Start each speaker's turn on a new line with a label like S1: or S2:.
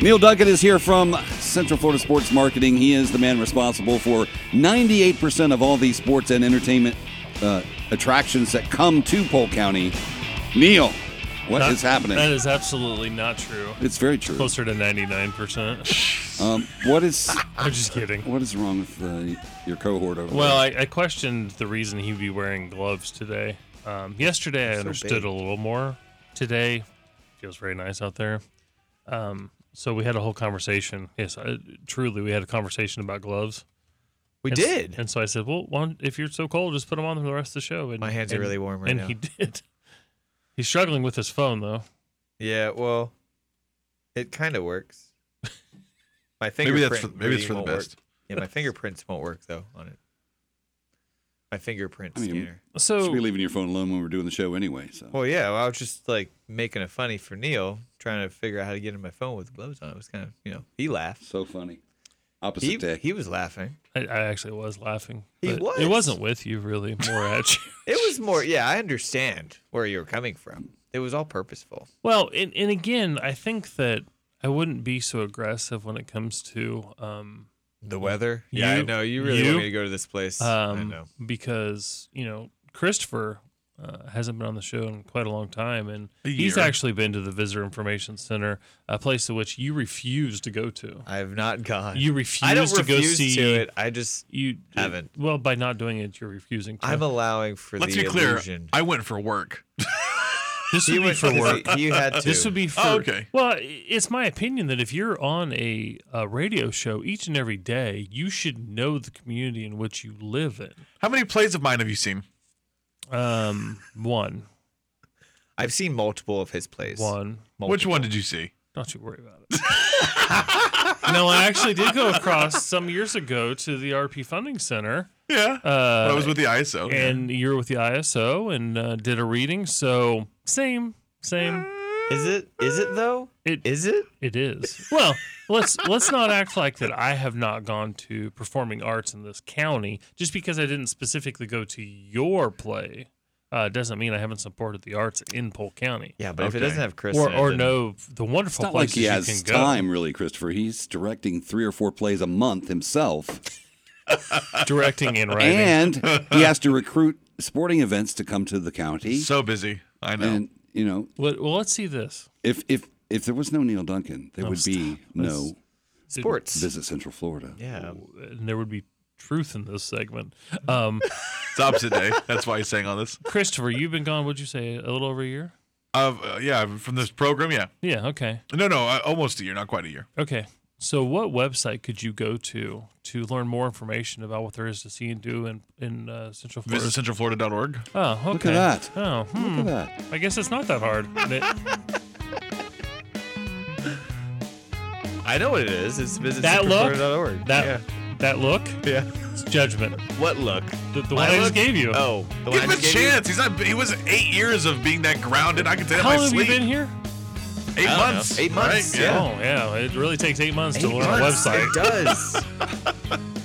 S1: Neil Duncan is here from Central Florida Sports Marketing. He is the man responsible for 98% of all the sports and entertainment uh, attractions that come to Polk County. Neil, what is
S2: That-
S1: happening?
S2: That is absolutely not true.
S1: it's very true.
S2: Closer to 99%.
S1: Um, what is
S2: I'm just kidding.
S1: what is wrong with uh, your cohort over
S2: Well, I, I questioned the reason he'd be wearing gloves today. Um, yesterday, I understood a little more. Today, feels very nice out there. Um, so we had a whole conversation. Yes, I, truly, we had a conversation about gloves.
S3: We
S2: And s-
S3: did.
S2: And so I said, well, one, if you're so cold, just put them on for the rest of the show. And,
S3: My hands are
S2: and-
S3: really warm right
S2: and
S3: now.
S2: he did. He's struggling with his phone, though.
S3: yeah, well, it kind of works. My
S4: Maybe
S3: fingerprint
S4: that's for- maybe it's
S3: reading
S4: for the
S3: won't work.
S4: best.
S3: Yeah, my fingerprints won't work though on it. My fingerprint
S1: I mean-
S3: scanner.
S1: there?
S2: So
S1: should be leaving your phone alone when we're doing the show anyway. So
S3: Well, yeah, well, I was just like making a funny for Neil, trying to figure out how to get in my phone with gloves on. It was kind of, you know, he laughed.
S1: so funny. Opposite
S3: He,
S1: day.
S3: he was laughing.
S2: I, I actually was laughing.
S3: He
S2: but
S3: was.
S2: It wasn't with you, really. More at you.
S3: It was more, yeah, I understand where you're coming from. It was all purposeful.
S2: Well, and, and again, I think that I wouldn't be so aggressive when it comes to um,
S3: The weather. Yeah, I
S2: You-
S3: know. You really
S2: you-
S3: want me to go to this place. I
S2: um
S3: know.
S2: because you know Christopher uh, hasn't been on the show in quite a long time, and he's
S4: year.
S2: actually been to the Visitor Information Center, a place to which you refuse to go to.
S3: I have not gone.
S2: You
S3: I don't
S2: refuse to go
S3: refuse
S2: see
S3: to it. I just
S2: You
S3: Haven't.
S2: Well, by not doing it, you're refusing. To.
S3: I'm allowing for
S4: Let's
S3: the
S4: be clear.
S3: illusion.
S4: I went for work.
S2: this would be for work.
S3: You had to.
S2: Uh, This would be for
S4: Oh, okay.
S2: Well, i- it's my opinion that if you're on a, a radio show each and every day, you should know the community in which you live in.
S4: How many plays of mine have you seen?
S2: Um, one,
S3: I've seen multiple of his plays.
S2: one.
S4: Which one did you see?
S2: Don't you worry about it. no, I actually did go across some years ago to the RP Funding Center,
S4: Yeah.
S2: uh,
S4: I was with the ISO.
S2: and you were with the ISO and uh, did a reading. So same, same.
S3: Is it? Is it though?
S2: It
S3: Is it?
S2: It is. Well, let's let's not act like that I have not gone to performing arts in this county just because I didn't specifically go to your play. Uh, doesn't mean I haven't supported the arts in Polk County,
S3: Yeah, but if it
S4: Okay.
S3: doesn't have Chris
S2: or
S3: in it,
S2: or
S3: then-
S2: know the
S1: it's
S2: wonderful
S1: not like
S2: places
S1: he has
S2: you can go.
S1: time, really, Christopher. He's directing three or four plays a month himself.
S2: Directing and writing.
S1: and he has to recruit sporting events to come to the county.
S4: so busy. I know.
S1: and you know,
S2: Let- well, let's see this.
S1: if if if there was no Neil Duncan, there would be no
S3: sports.
S1: Visit Central Florida.
S3: yeah.
S2: And there would be truth in this segment. Um,
S4: It's opposite day. That's why he's saying all this.
S2: Christopher, you've been gone. Would you say a little over a year?
S4: Uh, uh, yeah, from this program. Yeah.
S2: Yeah. Okay.
S4: No, no, uh, almost a year, not quite a year.
S2: Okay. So, what website could you go to to learn more information about what there is to see and do in in uh, Central Florida?
S4: Visit centralflorida.org.
S2: oh, okay.
S1: Look at that.
S2: Oh, hmm.
S1: Look at that.
S2: I guess it's not that hard. That,
S3: I know what it is. It's visit
S2: that look.
S3: superflorida.org.
S2: That
S3: yeah.
S2: that look.
S3: Yeah.
S2: It's judgment.
S3: What look?
S2: The, the
S3: My
S2: one I just
S3: look?
S2: gave you.
S3: Oh, the
S4: Give
S3: one
S4: him
S3: I
S4: a
S3: just gave you?
S4: chance. He's not. He was eight years of being that grounded. I can tell that
S2: How long
S4: in my
S2: have
S4: sleep.
S2: you been here?
S3: I
S4: Eight
S3: don't
S4: months.
S3: know. Eight
S4: right?
S3: months,
S4: Yeah.
S2: Oh yeah, it really takes eight months to
S3: Eight
S2: learn
S3: months.
S2: a website.
S3: It does.